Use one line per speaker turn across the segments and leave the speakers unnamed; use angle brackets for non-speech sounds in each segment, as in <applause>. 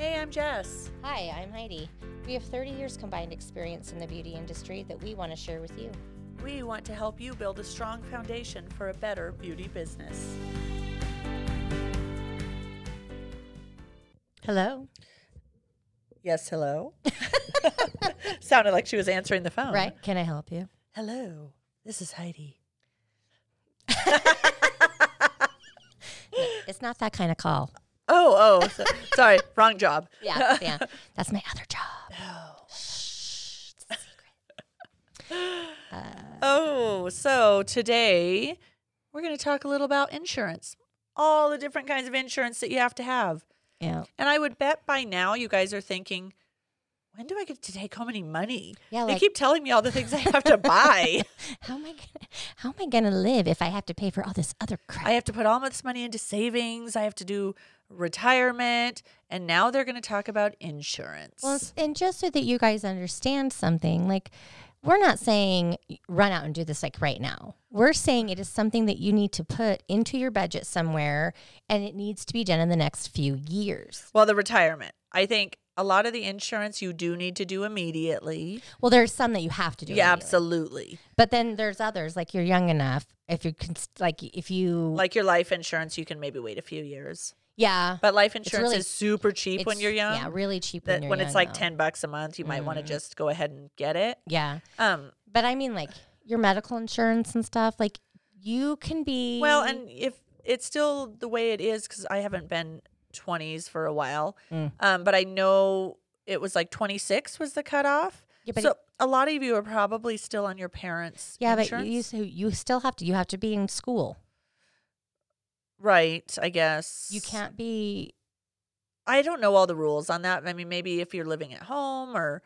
I'm Jess.
Hi, I'm Heidi. We have 30 years combined experience in the beauty industry that we want to share with you.
We want to help you build a strong foundation for a better beauty business.
Hello.
Yes, <laughs> hello. Sounded like she was answering the phone.
Right? Can I help you?
Hello, this is Heidi.
It's not that kind of <laughs> call.
Oh, <laughs> oh, so, sorry, wrong job. <laughs>
Yeah, yeah. That's my other job.
Oh, so today we're going to talk a little about insurance, all the different kinds of insurance that you have to have.
Yeah.
And I would bet by now you guys are thinking, when do I get to take home any money?
Yeah,
they
like-
keep telling me all the things I have to <laughs> buy.
How am I gonna how am I gonna live if I have to pay for all this other crap?
I have to put all this money into savings. I have to do retirement. And now they're going to talk about insurance.
Well, s- and just so that you guys understand something, like we're not saying y- run out and do this like right now. We're saying it is something that you need to put into your budget somewhere and it needs to be done in the next few years.
well, the retirement. I think a lot of the insurance you do need to do immediately.
Well, there's some that you have to do.
Yeah,
immediately.
absolutely.
But then there's others like you're young enough. If you can, s- like, if you,
Like your life insurance, you can maybe wait a few years.
yeah,
But life insurance
really-
is super cheap when
it's-
you're young.
yeah, really cheap
that
when you're
when
young,
it's like
though.
10
Mm-hmm.
bucks a month, you might want to just go ahead and get it.
Yeah,
Um,
but I mean, like your medical insurance and stuff. Like you can be
Well, and if it's still the way it is, because I haven't been 20s for a while,
Mm.
um, but I know it was like 26 was the cutoff.
Yeah, but
so a lot of you are probably still on your parents'
yeah, but
insurance.
you so you still have to. You have to be in school.
right, I guess.
You can't be.
I don't know all the rules on that. I mean, maybe if you're living at home or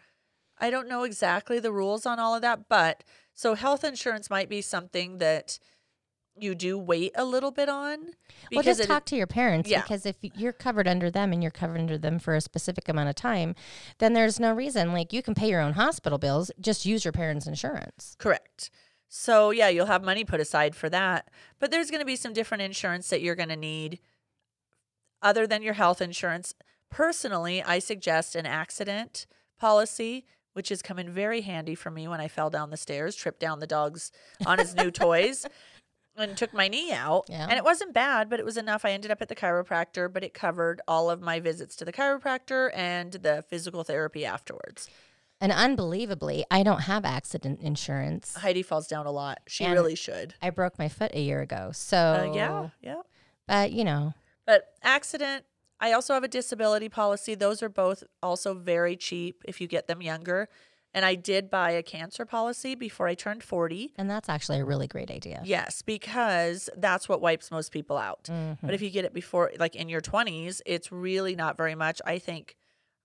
I don't know exactly the rules on all of that, but so health insurance might be something that you do wait a little bit on
Well, just
it-
talk to your parents
Yeah.
because if you're covered under them and you're covered under them for a specific amount of time, then there's no reason. Like you can pay your own hospital bills. Just use your parents' insurance.
Correct. So yeah, you'll have money put aside for that. But there's going to be some different insurance that you're going to need other than your health insurance. Personally, I suggest an accident policy, which has come in very handy for me when I fell down the stairs, tripped down the dog's on his new toys, and took my knee out.
Yeah.
And it wasn't bad, but it was enough. I ended up at the chiropractor, but it covered all of my visits to the chiropractor and the physical therapy afterwards.
And unbelievably, I don't have accident insurance.
Heidi falls down a lot. She
And-
really should.
I broke my foot a year ago. So,
Uh, yeah, yeah.
But, you know,
But accident, I also have a disability policy. Those are both also very cheap if you get them younger. And I did buy a cancer policy before I turned 40.
and that's actually a really great idea.
Yes, because that's what wipes most people out.
Mm-hmm.
But if you get it before, like in your 20s, it's really not very much. I think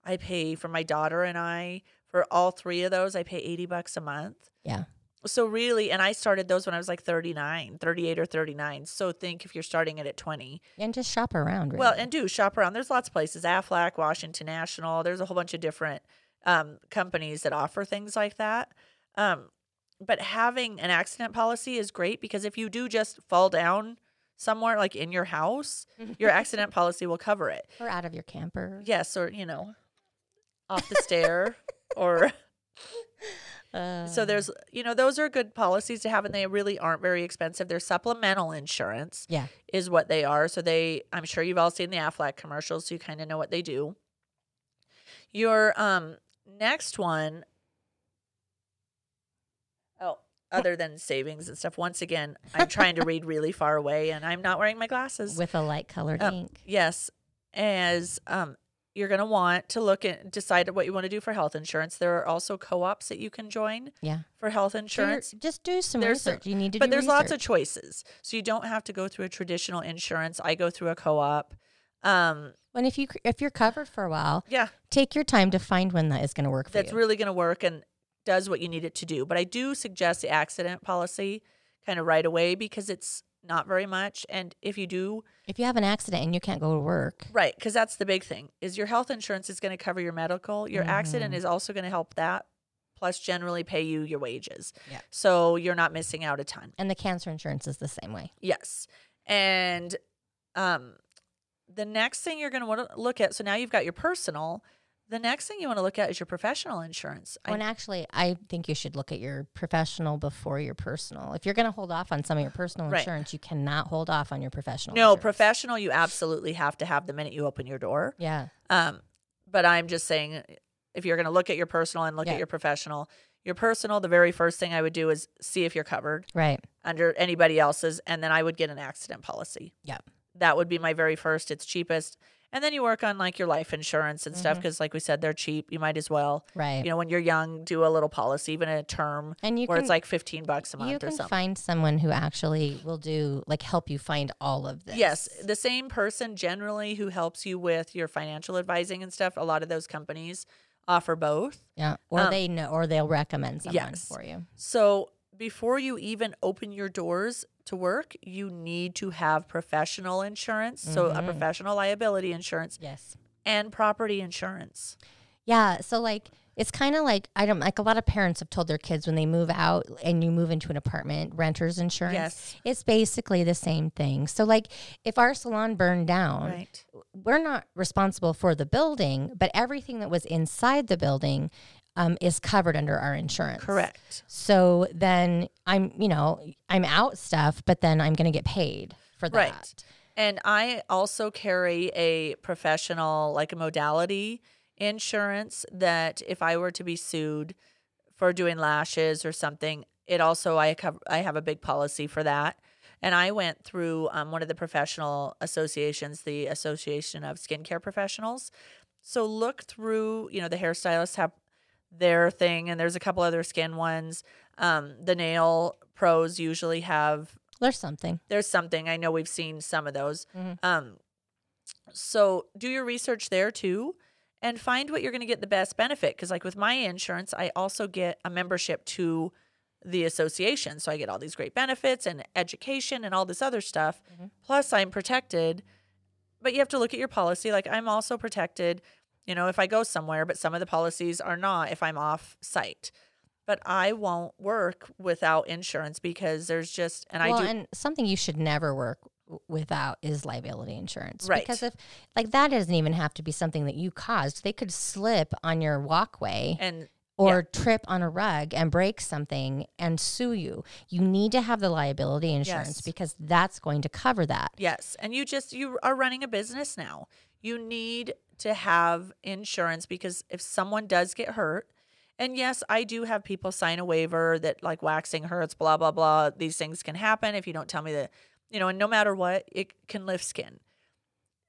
I pay for my daughter and I, for all three of those, I pay 80 bucks a month.
Yeah.
So really, and I started those when I was like 39, 38 or 39. So think if you're starting it at 20,
And just shop around. Really.
well, and do shop around. There's lots of places, Aflac, Washington National. There's a whole bunch of different um, companies that offer things like that. Um, but having an accident policy is great because if you do just fall down somewhere, like in your house, your accident policy will cover it.
or out of your camper.
Yes, or you know, off the stair, or
Uh,
so there's you know those are good policies to have, and they really aren't very expensive. They're supplemental insurance
yeah.
is what they are. So they, I'm sure you've all seen the Aflac commercials, so you kind of know what they do. Your um next one, oh, other than savings and stuff. Once again, I'm trying to read really far away, and I'm not wearing my glasses.
With a light colored
Um,
ink.
Yes, as um. You're going to want to look at decide what you want to do for health insurance. There are also co-ops that you can join
Yeah.
for health
Do your-
insurance
just do some
there's some-
research. you need to
but
do
there's lots of
research.
choices so you don't have to go through a traditional insurance i go through a co-op um
And if, you, c- if you're covered for a while,
yeah
take your time to find when that is going to work for
that's
you.
really going to work and does what you need it to do but i do suggest the accident policy kind of right away because it's not very much and if you do
if you have an accident and you can't go to work,
right because that's the big thing is your health insurance is going to cover your medical your accident
Mm-hmm.
is also going to help that plus generally pay you your wages
Yeah.
so you're not missing out a ton
and the cancer insurance is the same way.
Yes. And um the next thing you're going to want to look at so now you've got your personal the next thing you want to look at is your professional insurance I-
Well, and actually, I think you should look at your professional before your personal. If you're going to hold off on some of your personal
Right.
insurance, you cannot hold off on your professional.
no
insurance.
professional you absolutely have to have the minute you open your door
Yeah,
Um, but I'm just saying, if you're going to look at your personal and look
Yeah.
at your professional, your personal, the very first thing I would do is see if you're covered
right.
under anybody else's, and then I would get an accident policy.
Yep.
That would be my very first. It's cheapest. And then you work on like your life insurance and stuff
Mhm.
'cause stuff because, like we said, they're cheap. You might as well,
Right.
you know, when you're young, do a little policy, even a term
and you
where
can
it's like 15 bucks a
you
month or
can
something.
find someone who actually will do like help you find all of this.
Yes, the same person generally who helps you with your financial advising and stuff. A lot of those companies offer both.
Yeah. Or
Um,
they know, or they'll recommend someone
yes.
for you.
So before you even open your doors to work, you need to have professional insurance. So a
Mhm.
professional liability insurance
Yes.
and property insurance.
Yeah. So like it's kind of like I don't like a lot of parents have told their kids when they move out and you move into an apartment, renters insurance.
Yes.
It's basically the same thing. So like if our salon burned down,
Right.
we're not responsible for the building, but everything that was inside the building um, is covered under our insurance.
Correct.
So then I'm, you know, I'm out stuff, but then I'm going to get paid for that.
Right. And I also carry a professional, like a modality insurance that if I were to be sued for doing lashes or something, it also I cover I have a big policy for that. And I went through um, one of the professional associations, the Association of Skincare Professionals. So look through, you know, the hairstylists have their thing, and there's a couple other skin ones. Um, the nail pros usually have
There's something.
there's something i know we've seen some of those
Mhm.
um so do your research there too and find what you're going to get the best benefit because like with my insurance i also get a membership to the association so i get all these great benefits and education and all this other stuff
Mhm.
plus i'm protected but you have to look at your policy like i'm also protected you know if i go somewhere but some of the policies are not if i'm off site but i won't work without insurance because there's just and
well,
i do
and something you should never work w- without is liability insurance.
Right.
Because if, like, that doesn't even have to be something that you caused. They could slip on your walkway
and
or trip on a rug and break something and sue you. You need to have the liability insurance
Yes.
because that's going to cover that.
Yes. And you just, you are running a business now. You need to have insurance because if someone does get hurt, and yes, I do have people sign a waiver that like waxing hurts, blah, blah, blah. These things can happen if you don't tell me that, you know, and no matter what, it can lift skin.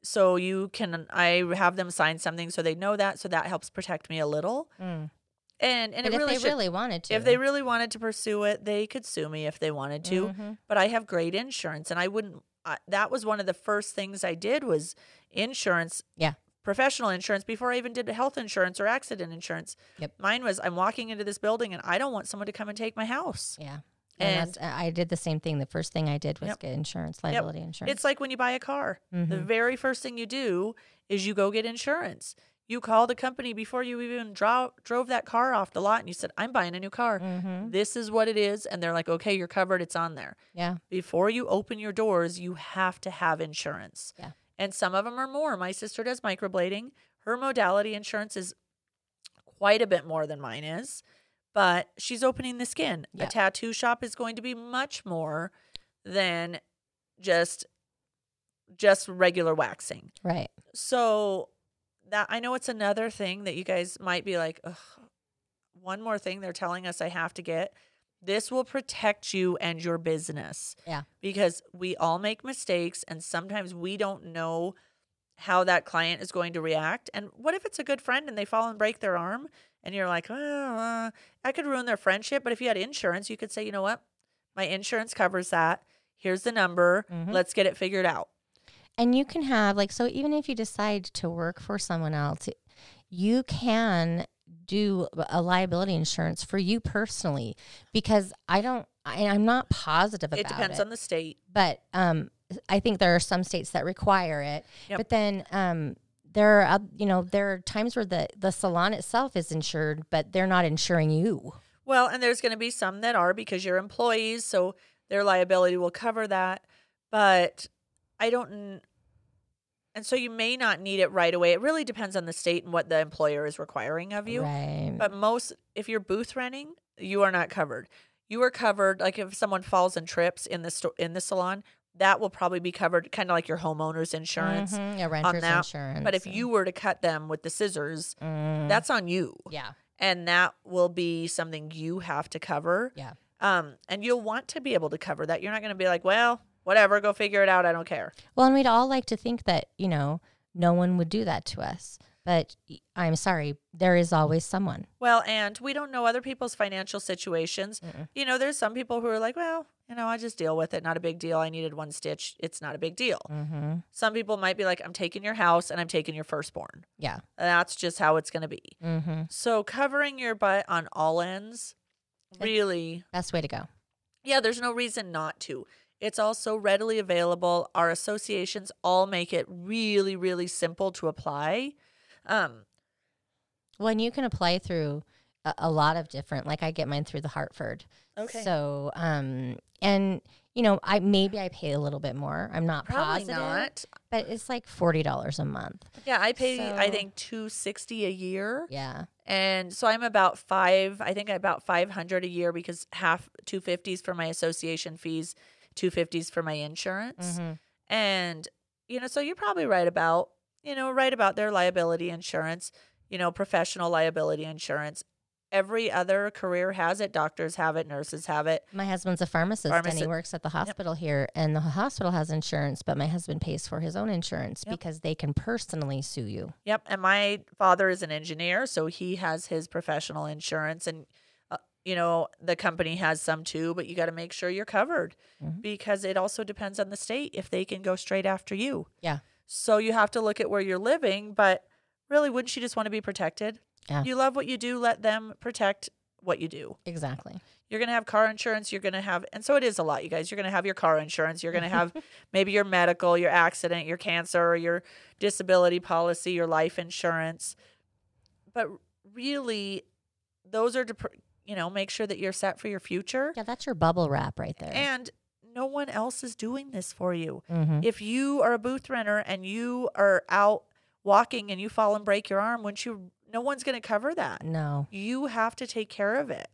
So you can, I have them sign something so they know that. So that helps protect me a little.
Mm.
And, and
But
it
if
really,
they
should,
really wanted to,
if they really wanted to pursue it, they could sue me if they wanted to
Mhm.
but I have great insurance and I wouldn't I, that was one of the first things I did was insurance
Yeah.
professional insurance before I even did health insurance or accident insurance
Yep.
mine was I'm walking into this building and I don't want someone to come and take my house
Yeah. And, that's, uh, I I did the same thing. The first thing I did was
Yep.
get insurance, liability insurance.
it's like when you buy a car the
Mhm.
very first thing you do is you go get insurance you call the company before you even draw, drove that car off the lot and you said I'm buying a new car
Mhm.
this is what it is and they're like okay you're covered it's on there
Yeah.
before you open your doors, you have to have insurance.
Yeah.
And some of them are more. My sister does microblading. Her modality insurance is quite a bit more than mine is, but she's opening the skin.
Yeah.
A tattoo shop is going to be much more than just just regular waxing.
Right.
So that I know it's another thing that you guys might be like, Ugh, one more thing they're telling us I have to get. This will protect you and your business.
Yeah.
Because we all make mistakes and sometimes we don't know how that client is going to react. And what if it's a good friend and they fall and break their arm and you're like, oh, uh, I could ruin their friendship. But if you had insurance, you could say, you know what? My insurance covers that. Here's the number.
Mhm.
Let's get it figured out.
And you can have like so even if you decide to work for someone else, you can do a liability insurance for you personally because I don't I, I'm not positive about
It
it.
depends on the state.
but um I think there are some states that require it.
Yep.
But then um there are uh, you know there are times where the the salon itself is insured but they're not insuring you.
Well, and there's going to be some that are because you're employees, so their liability will cover that. But I don't. kn- And so you may not need it right away. It really depends on the state and what the employer is requiring of you.
right.
But most, if you're booth renting, you are not covered. You are covered, like if someone falls and trips in the sto- in the salon, that will probably be covered, kind of like your homeowner's insurance.
Mhm, A renter's
that,
insurance.
But if
and-
you were to cut them with the scissors,
Mm,
that's on you,
yeah,
and that will be something you have to cover.
yeah,
Um, and you'll want to be able to cover that. You're not going to be like, well, whatever, go figure it out. I don't care.
Well, and we'd all like to think that, you know, no one would do that to us. But y- I'm sorry, there is always someone.
Well, and we don't know other people's financial situations.
Mm-mm.
You know, there's some people who are like, well, you know, I just deal with it. Not a big deal. I needed one stitch. It's not a big deal.
Mm-hmm.
Some people might be like, I'm taking your house and I'm taking your firstborn.
Yeah.
That's just how it's going to be.
Mm-hmm.
So covering your butt on all ends, really,
Best way to go.
yeah, there's no reason not to. It's also readily available. Our associations all make it really, really simple to apply. Um,
Well, and you can apply through a, a lot of different. Like I get mine through the Hartford.
Okay.
So, um, and you know, I maybe I pay a little bit more. I'm not
probably
positive,
not.
but it's like forty dollars a month.
Yeah, I pay I
So-
think 260 a year.
Yeah.
And so I'm about 5, I think about 500 a year because half 250s for my association fees, 250s for my insurance.
Mhm.
And you know, so you're probably right about, you know, right about their liability insurance, you know, professional liability insurance. Every other career has it. Doctors have it, nurses have it.
My husband's a pharmacist, and he
Pharmacist.
works at the hospital here, and the hospital has insurance, but my husband pays for his own insurance
Yep.
because they can personally sue you.
Yep. And my father is an engineer, so he has his professional insurance. And, uh, you know, the company has some too, but you got to make sure you're covered
Mhm.
because it also depends on the state if they can go straight after you.
Yeah.
So you have to look at where you're living, but really, wouldn't you just want to be protected?
Yeah.
You love what you do, let them protect what you do.
Exactly.
You're going to have car insurance. You're going to have, and so it is a lot, you guys. You're going to have your car insurance. You're going to have maybe your medical, your accident, your cancer, your disability policy, your life insurance. But really, those are to, pr- you know, make sure that you're set for your future.
Yeah, that's your bubble wrap right there.
And no one else is doing this for you.
Mhm.
If you are a booth renter and you are out walking and you fall and break your arm, once you, no one's going to cover that
No.
you have to take care of it.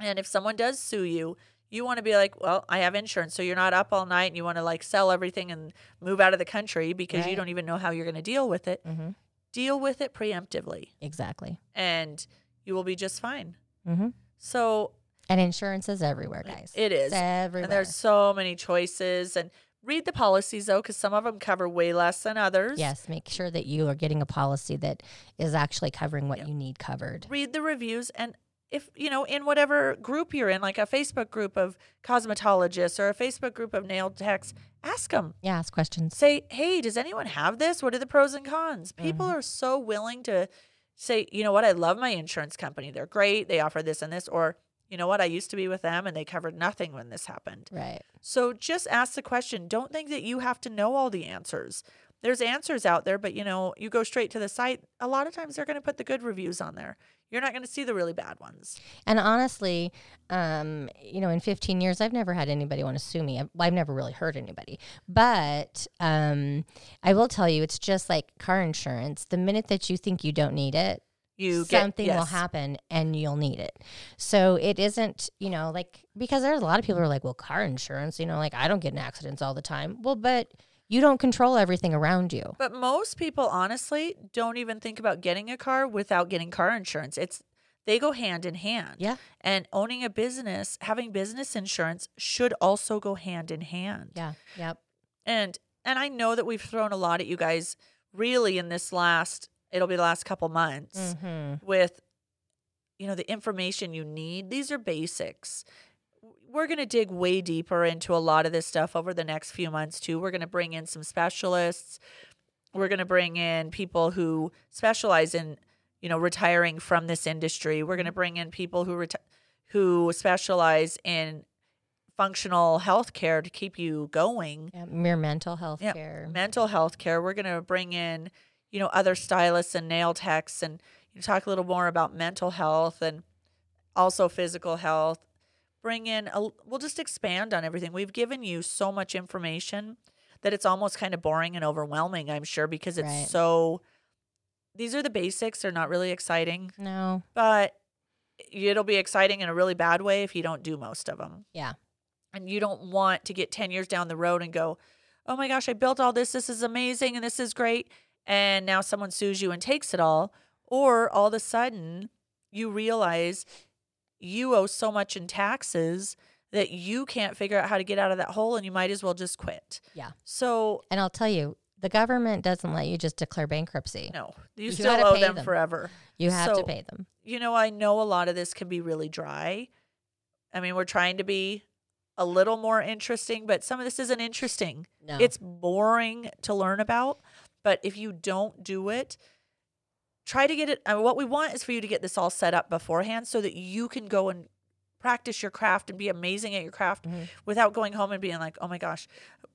And if someone does sue you, you want to be like, well, I have insurance. So you're not up all night and you want to like sell everything and move out of the country because you
Right.
don't even know how you're going to deal with it.
Mm-hmm.
Deal with it preemptively
Exactly.
and you will be just fine.
Mm-hmm.
So
And insurance is everywhere, guys.
it is.
It's everywhere.
And there's so many choices. And read the policies though, because some of them cover way less than others.
yes, make sure that you are getting a policy that is actually covering what you need covered.
read the reviews and if you know in whatever group you're in like a facebook group of cosmetologists or a facebook group of nail techs ask them
Yeah, ask questions.
say hey does anyone have this what are the pros and cons people are so willing to say you know what i love my insurance company they're great they offer this and this or you know what i used to be with them and they covered nothing when this happened
Right.
so just ask the question don't think that you have to know all the answers there's answers out there, but you know, you go straight to the site. A lot of times they're going to put the good reviews on there. You're not going to see the really bad ones.
And honestly, um, you know, in 15 years, I've never had anybody want to sue me. I've, I've never really hurt anybody. But um, I will tell you, it's just like car insurance. The minute that you think you don't need it,
You get
something will
yes.
happen and you'll need it. So it isn't, you know, like because there's a lot of people who are like, well, car insurance, you know, like I don't get in accidents all the time. Well, but you don't control everything around you.
But most people honestly don't even think about getting a car without getting car insurance. It's they go hand in hand.
Yeah.
And owning a business, having business insurance should also go hand in hand.
Yeah. Yep.
And and I know that we've thrown a lot at you guys really in this last it'll be the last couple months.
Mm-hmm.
with you know the information you need these are basics we're going to dig way deeper into a lot of this stuff over the next few months too we're going to bring in some specialists we're going to bring in people who specialize in you know retiring from this industry we're going to bring in people who reti- who specialize in functional health care to keep you going
Yep. Your mental health
Yeah.
care.
mental health care. We're going to bring in, you know, other stylists and nail techs and you know, talk a little more about mental health and also physical health. Bring in, a, we'll just expand on everything. We've given you so much information that it's almost kind of boring and overwhelming, I'm sure, because it's
Right.
so these are the basics. They're not really exciting,
No.
but it'll be exciting in a really bad way if you don't do most of them.
Yeah.
And you don't want to get 10 years down the road and go, oh my gosh, I built all this. This is amazing and this is great. And now someone sues you and takes it all. Or all of a sudden, you realize you owe so much in taxes that you can't figure out how to get out of that hole and you might as well just quit.
Yeah.
So,
And I'll tell you, the government doesn't let you just declare bankruptcy.
no, you,
You
still
gotta
owe
pay
them,
them.
forever.
You have
So-
to pay them.
You know, I know a lot of this can be really dry. I mean, we're trying to be a little more interesting, but some of this isn't interesting.
No.
It's boring to learn about, but if you don't do it, try to get it. I mean, what we want is for you to get this all set up beforehand so that you can go and practice your craft and be amazing at your craft
Mhm.
without going home and being like, oh my gosh,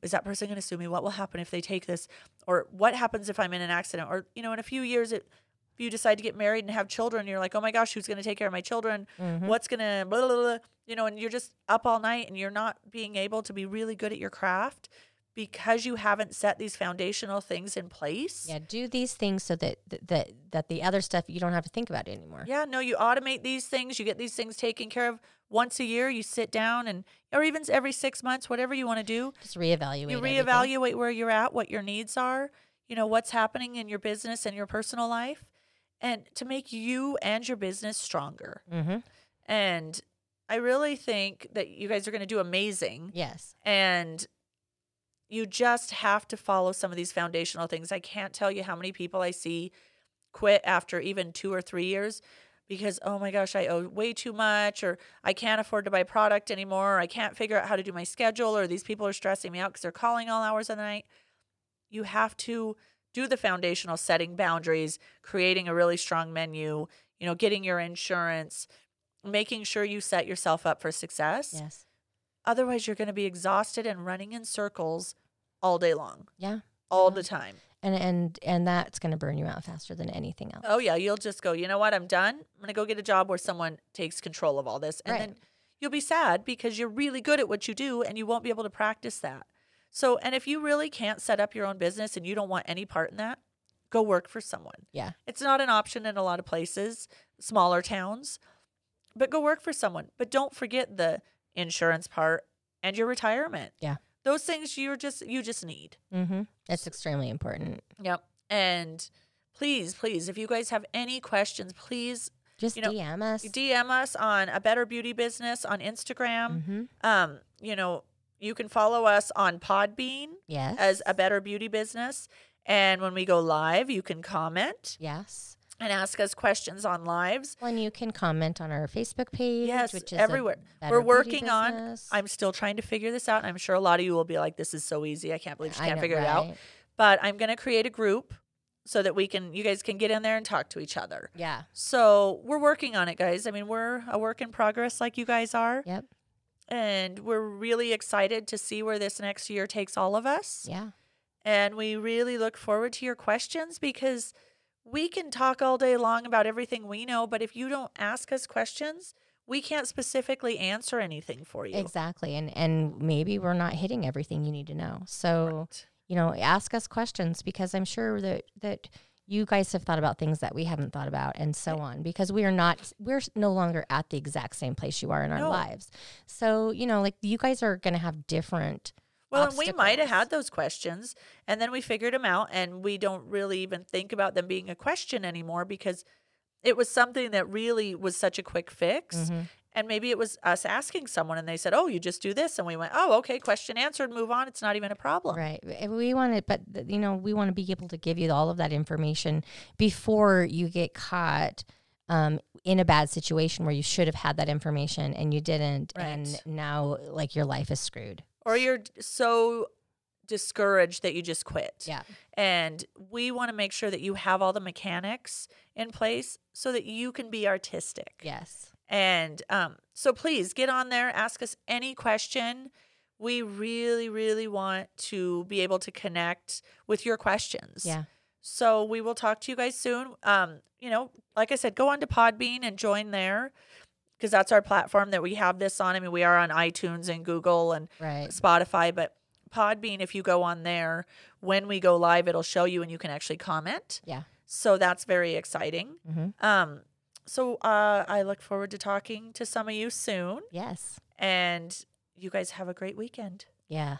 is that person going to sue me? What will happen if they take this? Or what happens if I'm in an accident? Or, you know, in a few years, it, if you decide to get married and have children, you're like, oh my gosh, who's going to take care of my children?
Mhm.
What's going to, blah, blah, blah, you know, and you're just up all night and you're not being able to be really good at your craft because you haven't set these foundational things in place.
yeah, do these things so that th- that that the other stuff you don't have to think about it anymore.
Yeah, no, you automate these things, you get these things taken care of once a year, you sit down and or even every 6 months, whatever you want to do.
Just reevaluate.
You
everything.
reevaluate where you're at, what your needs are, you know, what's happening in your business and your personal life and to make you and your business stronger.
Mhm.
And I really think that you guys are going to do amazing.
Yes.
And you just have to follow some of these foundational things. I can't tell you how many people I see quit after even two or three years because, oh my gosh, I owe way too much, or I can't afford to buy product anymore, or I can't figure out how to do my schedule, or these people are stressing me out because they're calling all hours of the night. You have to do the foundational setting boundaries, creating a really strong menu, you know, getting your insurance, making sure you set yourself up for success.
Yes.
Otherwise, you're going to be exhausted and running in circles all day long,
Yeah.
all
Yeah.
the time.
And and and that's going to burn you out faster than anything else.
Oh, yeah. You'll just go, you know what? I'm done. I'm going to go get a job where someone takes control of all this. And
Right.
then you'll be sad because you're really good at what you do and you won't be able to practice that. So, and if you really can't set up your own business and you don't want any part in that, go work for someone.
Yeah.
It's not an option in a lot of places, smaller towns, but go work for someone. But don't forget the insurance part and your retirement.
Yeah.
Those things you're just you just need.
Mhm. It's extremely important.
Yep. And please, please, if you guys have any questions, please
Just
You know,
DM us.
DM us on a better beauty business on Instagram.
Mhm.
Um, you know, you can follow us on Podbean
Yes.
as a better beauty business. And when we go live, you can comment
yes.
and ask us questions on lives.
Well, and you can comment on our Facebook page.
Yes,
which is a
everywhere.
Better
We're
Beauty
working on.
Business.
I'm still trying to figure this out. I'm sure a lot of you will be like, "This is so easy. I can't believe she
I
can't
know,
figure it out."
right?
But I'm going to create a group so that we can, you guys can get in there and talk to each other.
Yeah.
So we're working on it, guys. I mean, we're a work in progress, like you guys are, <laughs>
Yep.
and we're really excited to see where this next year takes all of us.
Yeah.
And we really look forward to your questions because we can talk all day long about everything we know, but if you don't ask us questions, we can't specifically answer anything for you.
Exactly. And and maybe we're not hitting everything you need to know. So
Right.
you know, ask us questions because I'm sure that that you guys have thought about things that we haven't thought about and so on because we are not we're s- no longer at the exact same place you are in our
No.
lives. So, you know, like you guys are going to have different
Well, and we might have
obstacles.
had those questions, and then we figured them out, and we don't really even think about them being a question anymore because it was something that really was such a quick fix. And maybe it was us asking someone, and they said, "Oh, you just do this," and we went, "Oh, okay, question answered, move on. It's not even a problem."
Right. And We want to, but th- you know, we want to be able to give you all of that information before you get caught um, in a bad situation where you should have had that information and you didn't, and
Right.
now like your life is screwed.
Or you're d- so discouraged that you just quit.
Yeah.
And we want to make sure that you have all the mechanics in place so that you can be artistic.
Yes.
And um, so please get on there, ask us any question. We really, really want to be able to connect with your questions.
Yeah.
So we will talk to you guys soon. Um, you know, like I said, go on to Podbean and join there because that's our platform that we have this on. I mean, we are on iTunes and Google and
Right.
Spotify, but Podbean, if you go on there, when we go live, it'll show you and you can actually comment.
Yeah.
So that's very exciting.
Mm-hmm.
Um, so uh, I look forward to talking to some of you soon.
Yes.
And you guys have a great weekend.
Yeah.